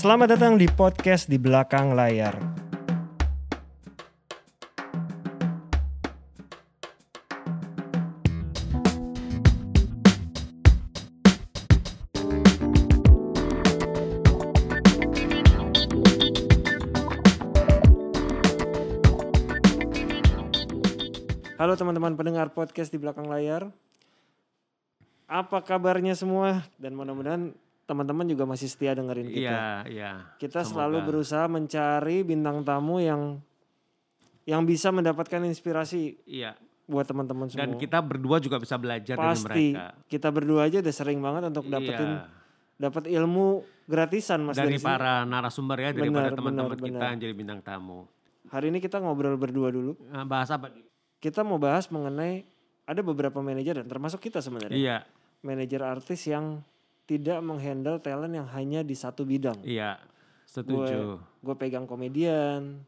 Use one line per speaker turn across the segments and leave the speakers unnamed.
Selamat datang di podcast di belakang layar. Halo teman-teman pendengar podcast di belakang layar. Apa kabarnya semua? Dan mudah-mudahan teman-teman juga masih setia dengerin kita.
Iya, iya.
gitu. Kita
Semoga.
selalu berusaha mencari bintang tamu yang yang bisa mendapatkan inspirasi
Iya.
buat teman-teman semua.
Dan kita berdua juga bisa belajar
pasti
dari mereka.
kita berdua aja udah sering banget untuk dapetin
Iya.
dapat ilmu gratisan Mas dari
dari
sini.
para narasumber ya, daripada
Benar,
teman-teman
benar,
kita
benar.
yang jadi bintang tamu.
Hari ini kita ngobrol berdua dulu.
Nah, bahas apa? Di?
Kita mau bahas mengenai ada beberapa manajer dan termasuk kita sebenarnya.
Iya,
Manajer artis yang tidak menghandle talent yang hanya di satu bidang.
iya. Setuju.
Gue pegang komedian.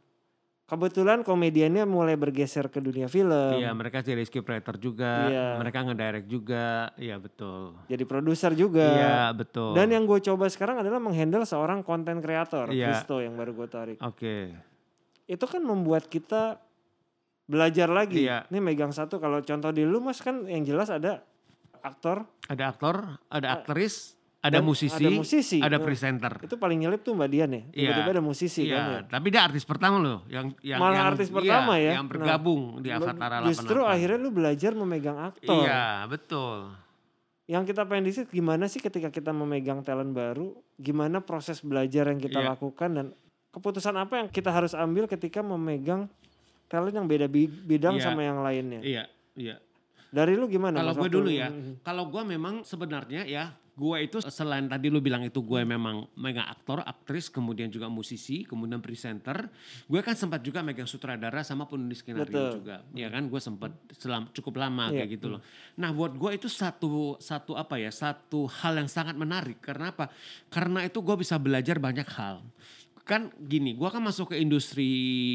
Kebetulan komediannya mulai bergeser ke dunia film.
Iya, mereka jadi scriptwriter juga,
Iya.
mereka ngedirect juga. Iya, betul.
jadi produser juga.
Iya, betul.
Dan yang gue coba sekarang adalah menghandle seorang konten kreator,
Iya.
Kristo yang baru gue tarik.
Oke.
Itu kan membuat kita belajar lagi.
Iya.
Ini megang satu. Kalau contoh di lu mas kan yang jelas ada aktor.
Ada aktor, ada aktris, ada
dan
musisi,
ada musisi.
ada
Nah,
presenter.
Itu paling nyelip tuh mbak Dian ya.
Iya.
Tiba-tiba ada musisi
Iya,
kan ya.
tapi dia artis pertama loh yang yang
Malah
yang-
artis
iya,
pertama ya.
yang bergabung di Avatara 88.
Justru akhirnya lu belajar memegang aktor.
Iya, betul.
Yang kita pengen disit gimana sih ketika kita memegang talent baru, gimana proses belajar yang kita
Iya.
lakukan dan keputusan apa yang kita harus ambil ketika memegang talent yang beda bi- bidang
Iya.
sama yang lainnya.
Iya, iya.
Dari lu gimana?
Kalau
Mas,
gue
waktu-
dulu ya,
Mm,
kalau gue memang sebenarnya ya, gue itu selain tadi lu bilang itu gue memang megang aktor, aktris, kemudian juga musisi, kemudian presenter, gue kan sempat juga megang sutradara sama penulis skenario
Betul. Mm-hmm.
juga, ya kan? Gue sempat selam, cukup lama
Iya.
kayak gitu loh. Nah buat gue itu satu satu apa ya, satu hal yang sangat menarik. Karena apa? Karena itu gue bisa belajar banyak hal. Kan gini, gue kan masuk ke industri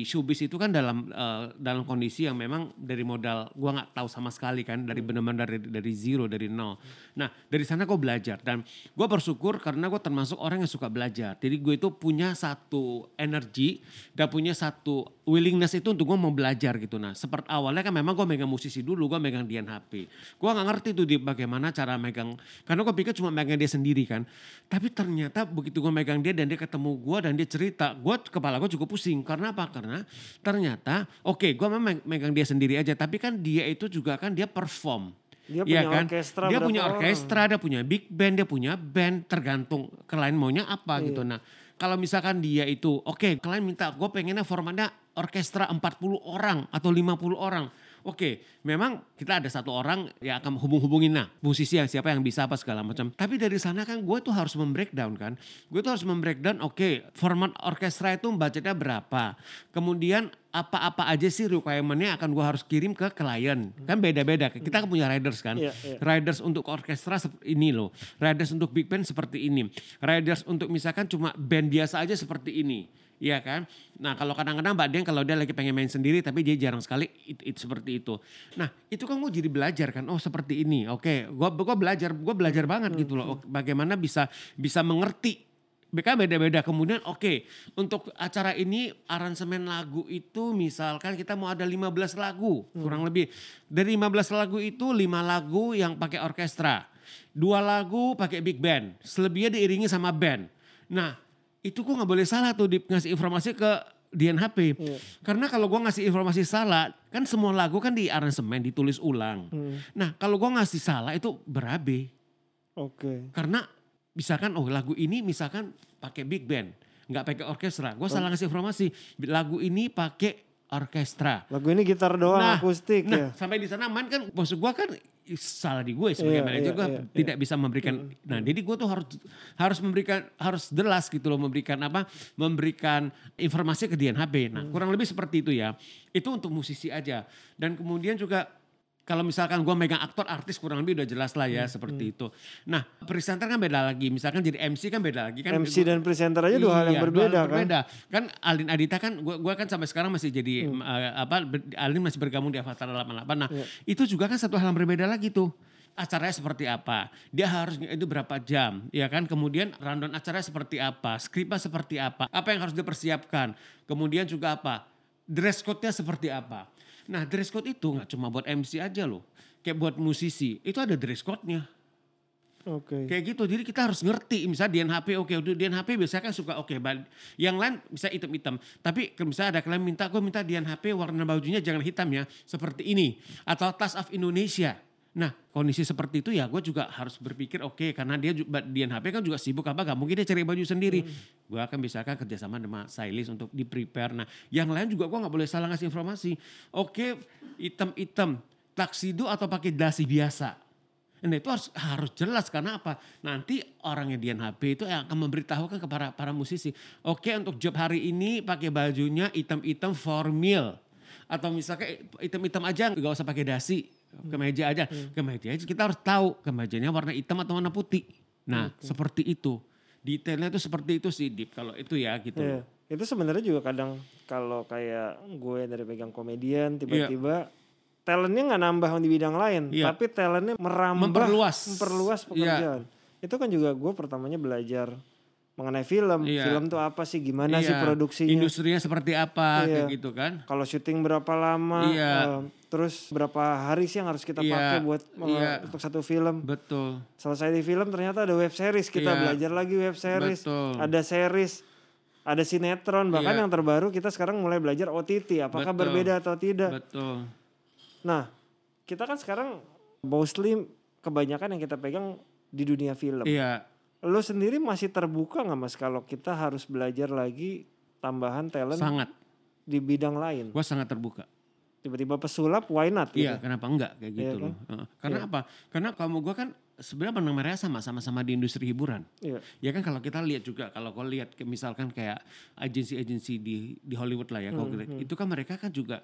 showbiz itu kan dalam eh, dalam kondisi yang memang dari modal gue nggak tahu sama sekali kan dari benar-benar dari dari zero dari nol. Nah dari sana gue belajar dan gue bersyukur karena gue termasuk orang yang suka belajar. Jadi gue itu punya satu energi dan punya satu willingness itu untuk gue mau belajar gitu. Nah seperti awalnya kan memang gue megang musisi dulu, gue megang Dian HP. Gue nggak ngerti tuh di bagaimana cara megang, karena gue pikir cuma megang dia sendiri kan. Tapi ternyata begitu gue megang dia dan dia ketemu gue dan dia cerita, gue kepala gue cukup pusing. Karena apa? Karena ternyata oke gue memang meg- megang dia sendiri aja, tapi kan dia itu juga kan dia perform.
Dia
Iya
punya orkestra
Dia
berapa
punya
orang?
orkestra, dia punya big band, dia punya band tergantung klien maunya apa
Iya.
gitu. Nah, kalau misalkan dia itu oke, klien minta gue pengennya formatnya orkestra 40 orang atau 50 orang. Oke, memang kita ada satu orang yang akan hubung-hubungin nah musisi yang siapa yang bisa apa segala macam. Tapi dari sana kan gue tuh harus membreakdown kan. Gue tuh harus membreakdown oke, format orkestra itu budgetnya berapa. Kemudian apa-apa aja sih requirement-nya akan gue harus kirim ke klien. Kan beda-beda. Kita kan punya riders kan.
Iya, iya.
Riders untuk orkestra sep- ini loh. Riders untuk big band seperti ini. Riders untuk misalkan cuma band biasa aja seperti ini. Iya kan? Nah kalau kadang-kadang Mbak Dian kalau dia lagi pengen main sendiri tapi dia jarang sekali it, it- seperti itu. Nah itu kan gue jadi belajar kan. Oh seperti ini. Oke gua gue belajar. Gue belajar banget gitu loh. Bagaimana bisa bisa mengerti BK beda-beda. Kemudian oke, untuk acara ini aransemen lagu itu misalkan kita mau ada 15 lagu, kurang lebih. Dari 15 lagu itu 5 lagu yang pakai orkestra. Dua lagu pakai big band, selebihnya diiringi sama band. Nah, itu gua nggak boleh salah tuh di ngasih informasi ke Dian HP. Karena kalau gua ngasih informasi salah, kan semua lagu kan di aransemen ditulis ulang.
mm,
Nah, kalau gua ngasih salah itu berabe.
Oke.
Karena misalkan oh lagu ini misalkan pakai big band, nggak pakai orkestra. Gue salah ngasih informasi. Lagu ini pakai orkestra.
Lagu ini gitar doang
Nah,
akustik ya.
Nah, sampai di sana main kan maksud gue kan ih, salah di gue sebagai
Iya,
manajer
iya,
gue
iya,
tidak bisa memberikan. Nah, jadi gue tuh harus harus memberikan harus jelas gitu loh memberikan apa? Memberikan informasi ke Dian
Mm.
HP. Nah, kurang lebih seperti itu ya. Itu untuk musisi aja. Dan kemudian juga kalau misalkan gue megang aktor artis kurang lebih udah jelas lah
Mm,
ya seperti itu. Nah presenter kan beda lagi. Misalkan jadi MC kan beda lagi kan.
MC
Gua-
dan presenter aja dua hal yang
Iya,
berbeda kan.
berbeda. Kan Alin Adita kan gua gua kan sampai sekarang masih jadi
Hmm. Ya.
eh, apa ber- Alin masih bergabung di Avatar 88. Nah, itu juga kan satu hal yang berbeda lagi tuh. acaranya seperti apa, dia harusnya itu berapa jam, ya kan? Kemudian rundown acaranya seperti apa, skripnya seperti apa, apa yang harus dipersiapkan, kemudian juga apa, dress code-nya seperti apa. Nah dress code itu nggak cuma buat MC aja loh, kayak buat musisi itu ada dress code-nya.
Oke.
Kayak gitu, jadi kita harus ngerti. Misalnya DNHP, oke, udah DNHP biasanya kan suka oke, bal- yang lain bisa hitam-hitam. Tapi ke- misalnya ada klien minta, gue minta DNHP warna bajunya jangan hitam ya, seperti ini. Atau Tas of Indonesia. Nah, kondisi seperti itu ya gue juga harus berpikir oke, karena dia juga, DNHP kan juga sibuk apa, gak mungkin dia cari baju sendiri. Gue akan bisakan kerjasama sama stylist untuk di-prepare. Nah, yang lain juga gue gak boleh salah ngasih informasi. Oke, hitam-hitam, taksido atau pakai dasi biasa. Nah itu harus harus jelas karena apa? Nanti orangnya DNHP itu yang akan memberitahukan kepada para musisi. Oke untuk job hari ini pakai bajunya item-item formal. Atau misalnya item-item aja nggak usah pakai dasi.
Hmm.
Kemeja aja. Kemeja aja kita harus tahu kemejanya warna hitam atau warna putih. Nah seperti itu. Detailnya itu seperti itu sih Dip kalau itu ya gitu.
Iya. Itu sebenarnya juga kadang kalau kayak gue dari pegang komedian tiba-tiba talentnya nggak nambah di bidang lain,
Iya.
tapi talentnya merambah,
Memperluas. Iya.
memperluas pekerjaan. Itu kan juga gue pertamanya belajar mengenai film,
Iya.
film tuh apa sih, gimana sih
Iya,
produksinya,
Industrinya seperti apa
Iya.
kayak gitu kan.
kalau syuting berapa lama,
Iya.
eh, terus berapa hari sih yang harus kita
Iya,
pakai buat eh,
iya.
untuk satu film.
Betul.
Selesai di film ternyata ada web series, kita
Iya.
belajar lagi web series,
Betul.
ada series, ada sinetron, bahkan
Iya.
yang terbaru kita sekarang mulai belajar OTT, apakah
Betul.
berbeda atau tidak.
Betul.
Nah, kita kan sekarang mostly kebanyakan yang kita pegang di dunia film.
Iya.
Lo sendiri masih terbuka nggak mas kalau kita harus belajar lagi tambahan talent
Sangat.
di bidang lain?
Gue sangat terbuka.
Tiba-tiba pesulap, why not? gitu?
Iya, kenapa enggak kayak
Iya
gitu
kan?
loh. Heeh. Karena apa? Karena kamu gua kan sebenarnya benang merahnya sama sama sama di industri hiburan.
Iya.
Ya kan kalau kita lihat juga kalau kau lihat ke- misalkan kayak agensi-agensi di di Hollywood lah ya,
Hmm,
kalau kita- itu kan mereka kan juga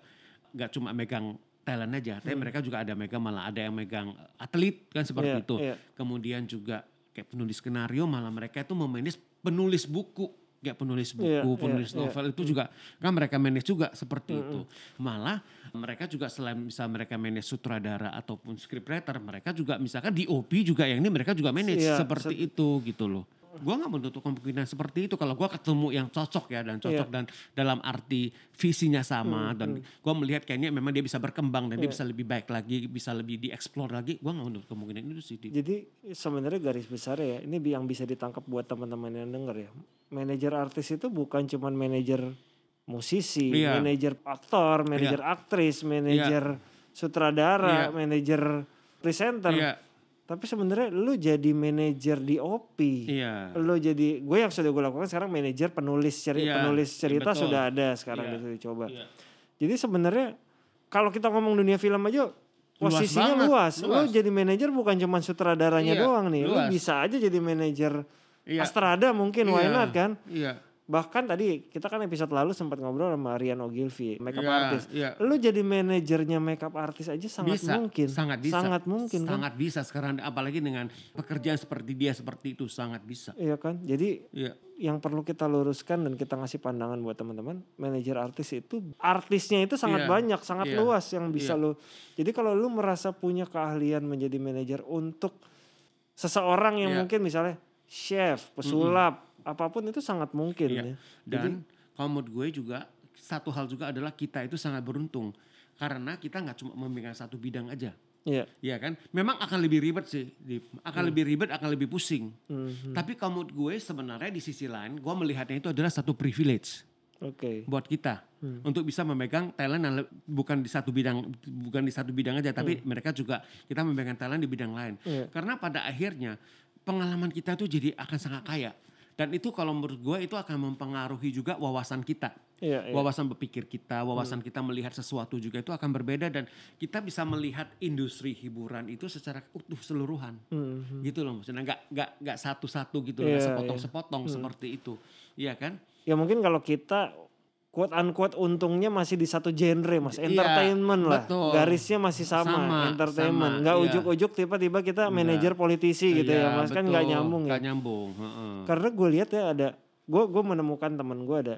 nggak cuma megang talent aja, tapi
Hmm.
mereka juga ada megang malah ada yang megang atlet kan seperti
Iya,
itu.
iya.
Kemudian juga kayak penulis skenario malah mereka itu memanage penulis buku, kayak penulis buku,
Iya, iya,
penulis
iya. Hmm,
novel level itu juga kan mereka manage juga seperti itu. Malah mereka juga selain bisa mereka manage sutradara ataupun scriptwriter, mereka juga misalkan DOP juga yang ini mereka juga manage
Iya,
seperti itu gitu loh. Gua nggak menutup kemungkinan seperti itu kalau gua ketemu yang cocok ya dan cocok
Iya.
dan dalam arti visinya
Hmm,
sama dan gua melihat kayaknya memang dia bisa berkembang
Iya.
dan dia bisa lebih baik lagi, bisa lebih dieksplor lagi. Gua nggak menutup kemungkinan itu sih. Di.
Jadi sebenarnya garis besar ya, ini bi- yang bisa ditangkap buat teman-teman yang denger ya. Manajer artis itu bukan cuman manajer musisi,
Iya.
manajer aktor, manajer aktris, manajer sutradara,
Iya.
manajer presenter.
Iya,
Tapi sebenarnya lu jadi manajer di OP.
iya.
Lu jadi gue yang sudah gue lakukan sekarang manajer penulis cerita,
Iya,
penulis
iya,
cerita
betul.
sudah ada sekarang
Iya.
gitu dicoba.
Iya.
Jadi sebenarnya kalau kita ngomong dunia film aja
Luas
posisinya
banget,
luas. Lu
luas.
jadi manajer bukan cuma sutradaranya
Iya,
doang nih.
luas.
Lu bisa aja jadi manajer
Iya.
Astrada mungkin why
Iya,
not kan?
Iya.
Bahkan tadi kita kan episode lalu sempat ngobrol sama Rian Ogilvy, makeup
Iya,
artist.
iya.
Lu jadi manajernya makeup artist aja sangat
bisa,
mungkin.
sangat bisa,
Sangat mungkin kan?
sangat bisa sekarang apalagi dengan pekerjaan seperti dia seperti itu sangat bisa.
Iya kan? Jadi
Iya,
yang perlu kita luruskan dan kita ngasih pandangan buat teman-teman manajer artis itu artisnya itu sangat
Iya,
banyak sangat
iya,
luas yang bisa
iya.
lo jadi kalau lu merasa punya keahlian menjadi manajer untuk seseorang yang
Iya.
mungkin misalnya chef pesulap apapun itu sangat mungkin
iya.
ya Jadi-
Dan kalau menurut gue juga satu hal juga adalah kita itu sangat beruntung karena kita nggak cuma memegang satu bidang aja.
Iya.
Iya kan? Memang akan lebih ribet sih, Dip. akan lebih ribet, akan lebih pusing.
Mhm.
Tapi kalau menurut gue sebenarnya di sisi lain, gue melihatnya itu adalah satu privilege.
oke
buat kita untuk bisa memegang talent yang le- bukan di satu bidang bukan di satu bidang aja tapi mereka juga kita memegang talent di bidang lain
Iya.
karena pada akhirnya pengalaman kita tuh jadi akan sangat kaya dan itu kalau menurut gue itu akan mempengaruhi juga wawasan kita
iya iya. Hmm.
wawasan berpikir kita wawasan kita melihat sesuatu juga itu akan berbeda dan kita bisa melihat industri hiburan itu secara utuh seluruhan
Mhm.
gitu loh maksudnya nggak nggak nggak satu-satu gitu
Iya,
loh nggak
iya.
sepotong-sepotong seperti itu iya kan
ya mungkin kalau kita quote unquote untungnya masih di satu genre mas
Iya,
entertainment lah
betul.
garisnya masih sama,
Sama,
entertainment
sama,
nggak
iya.
ujuk-ujuk tiba-tiba kita manajer politisi gitu ya
Iya,
mas kan nggak
betul.
nyambung ya
Nggak nyambung. heeh.
karena gue lihat ya ada gue gue menemukan temen gue ada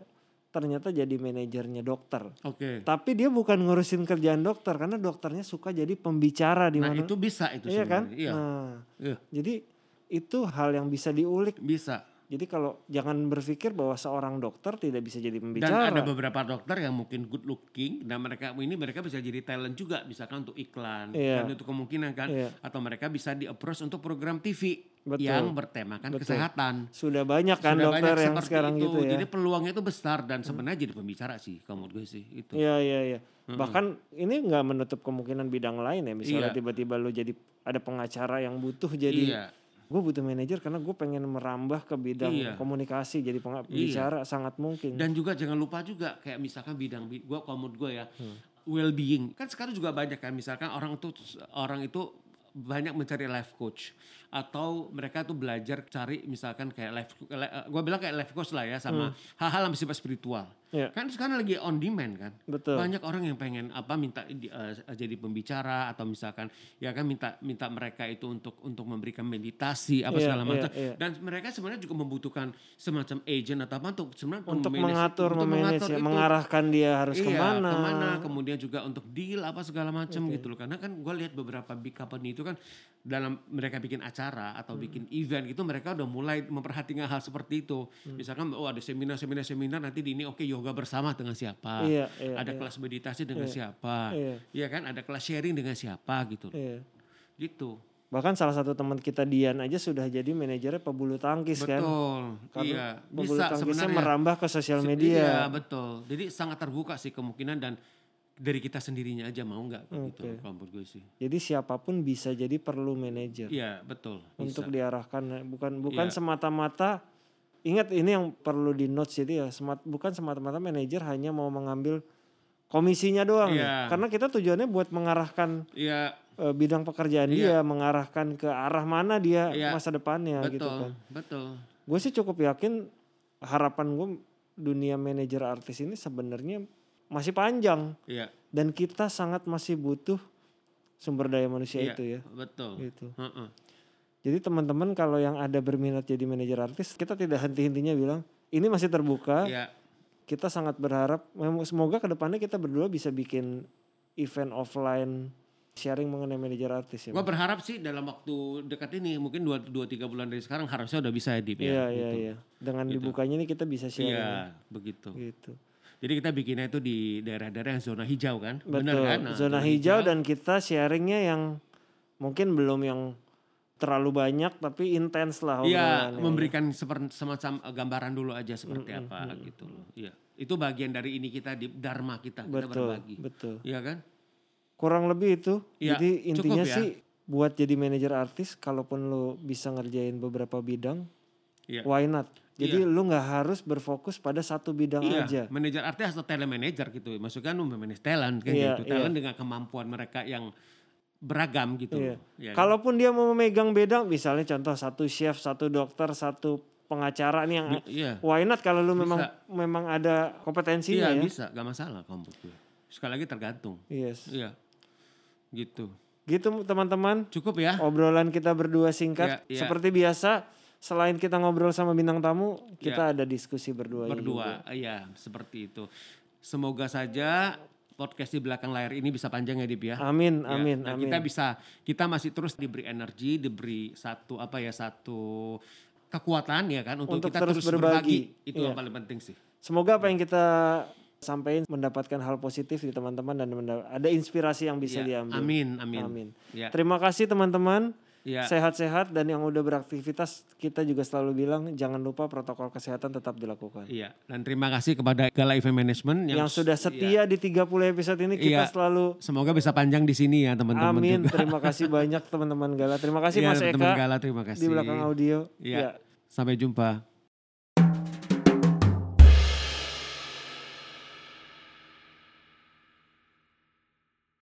ternyata jadi manajernya dokter.
Oke.
Tapi dia bukan ngurusin kerjaan dokter karena dokternya suka jadi pembicara di
Nah
mana.
itu bisa itu
iya kan?
sebenarnya. Iya.
Nah,
Iya,
jadi itu hal yang bisa diulik.
Bisa.
Jadi kalau jangan berpikir bahwa seorang dokter tidak bisa jadi
Dan
pembicara.
ada beberapa dokter yang mungkin good looking dan mereka ini mereka bisa jadi talent juga misalkan untuk iklan
Iya.
dan itu kemungkinan kan
Iya.
atau mereka bisa di approach untuk program TV
Betul.
yang bertemakan
Betul.
kesehatan.
Sudah banyak kan
Sudah
dokter
banyak
yang
seperti
sekarang
itu.
gitu ya.
Jadi peluangnya itu besar dan sebenarnya jadi pembicara sih kalau menurut gue sih itu.
Iya iya iya. Bahkan ini nggak menutup kemungkinan bidang lain ya. Misalnya
Iya.
tiba-tiba lu jadi ada pengacara yang butuh jadi
iya.
gue butuh manajer karena gue pengen merambah ke bidang
Iya.
komunikasi jadi penga- pembicara sangat mungkin.
Dan juga jangan lupa juga kayak misalkan bidang bi- gua kalau menurut gue ya well being kan sekarang juga banyak kan misalkan orang tuh orang itu banyak mencari life coach atau mereka tuh belajar cari misalkan kayak life gue bilang kayak life coach lah ya sama hal-hal yang bersifat spiritual
Iya.
kan sekarang lagi on demand kan
Betul.
banyak orang yang pengen apa minta di- eh, jadi pembicara atau misalkan ya kan minta minta mereka itu untuk untuk memberikan meditasi apa
Iya,
segala
iya,
macam
iya.
dan mereka sebenarnya juga membutuhkan semacam agent atau apa untuk sebenarnya
untuk
memanage-
mengatur,
untuk
memanage,
mengatur
ya,
itu.
mengarahkan dia harus
Iya,
kemana.
kemudian juga untuk deal apa segala macam gitu loh karena kan gue lihat beberapa big company itu kan dalam mereka bikin acara atau
Hmm.
bikin event gitu mereka udah mulai memperhatikan hal seperti itu
Hmm.
misalkan oh ada seminar seminar seminar nanti di ini oke yoga bersama dengan siapa
Iya, iya, iya.
ada kelas meditasi dengan siapa
Iya.
Iya kan ada kelas sharing dengan siapa gitu loh.
Iya.
gitu
Bahkan salah satu teman kita Dian aja sudah jadi manajernya pebulu tangkis kan.
betul iya
Karena pebulu
bisa
tangkisnya
sebenarnya
merambah ke sosial
Se-
media.
Iya betul. Jadi sangat terbuka sih kemungkinan dan dari kita sendirinya aja mau nggak kayak gitu
Oke.
kalau menurut gue sih.
Jadi siapapun bisa jadi perlu manajer.
Iya betul.
untuk
Bisa.
diarahkan bukan bukan
Iya.
semata-mata ingat ini yang perlu di notes jadi ya semat, bukan semata-mata manajer hanya mau mengambil komisinya doang ya.
Iya.
karena kita tujuannya buat mengarahkan
Iya
eh, bidang pekerjaan dia mengarahkan ke arah mana dia
Iya.
masa depannya
betul
gitu kan
betul.
gue sih cukup yakin harapan gue dunia manajer artis ini sebenarnya masih panjang
Iya
dan kita sangat masih butuh sumber daya manusia
iya,
itu ya
betul.
gitu
Heeh.
Jadi teman-teman kalau yang ada berminat jadi manajer artis, kita tidak henti-hentinya bilang ini masih terbuka.
Iya
Kita sangat berharap mem- semoga kedepannya kita berdua bisa bikin event offline sharing mengenai manajer artis ya.
Gua berharap sih dalam waktu dekat ini mungkin dua dua tiga bulan dari sekarang harusnya udah bisa ya Dip, ya.
Iya iya
gitu.
iya. Dengan dibukanya ini kita bisa
Iya
sharing.
begitu.
Gitu.
Jadi kita bikinnya itu di daerah-daerah yang zona hijau kan, benar
Betul.
kan? Nah,
Zona hijau dan kita sharingnya yang mungkin belum yang terlalu banyak tapi intens lah. ya.
Iya,
obrolannya.
memberikan seper- semacam eh, gambaran dulu aja seperti apa gitu loh. Iya. Itu bagian dari ini kita di dharma kita, kita
Betul.
berbagi.
Betul.
Iya kan?
kurang lebih itu
Ya,
jadi intinya
cukup ya.
sih buat jadi manajer artis kalaupun lo bisa ngerjain beberapa bidang
Iya.
why not jadi lo nggak harus berfokus pada satu bidang
Iya,
aja
manajer artis atau talent manager gitu. Maksudnya kan manage talent kayak
Iya,
gitu. Talent dengan kemampuan mereka yang beragam gitu.
Iya.
loh. Iya kan?
kalaupun dia mau memegang beda misalnya contoh satu chef satu dokter satu pengacara nih yang
Bi- iya.
why not kalau lo memang
Bisa.
memang ada
Iya,
kompetensinya ya
bisa, gak masalah kamu Sekali lagi tergantung.
yes
Iya. Gitu.
gitu teman-teman
Cukup ya.
obrolan kita berdua singkat
Iya, iya.
seperti biasa selain kita ngobrol sama bintang tamu kita ada diskusi berdua juga.
Iya. berdua iya seperti itu semoga saja podcast di belakang layar ini bisa panjang ya Dip ya
Amin,
Ya,
amin,
nah,
amin.
kita bisa kita masih terus diberi energi diberi satu apa ya satu kekuatan ya kan untuk,
Untuk
kita
terus
terus,
berbagi.
berbagi. itu
Iya.
yang paling penting sih
Semoga apa yang kita sampaikan mendapatkan hal positif di teman-teman dan menda- ada inspirasi yang bisa
Ya,
Iya, diambil.
amin amin
Amin.
ya
Terima kasih teman-teman.
Ya.
Sehat-sehat dan yang udah beraktivitas kita juga selalu bilang jangan lupa protokol kesehatan tetap dilakukan.
iya dan terima kasih kepada Gala Event Management yang, ya.
Yang sudah setia di 30 episode ini kita
Iya.
selalu
semoga bisa panjang di sini ya teman-teman
amin.
juga.
Terima kasih banyak teman-teman Gala. Terima kasih
Iya,
Mas Eka
teman-teman Gala terima kasih
di belakang audio. Ya.
Iya. sampai jumpa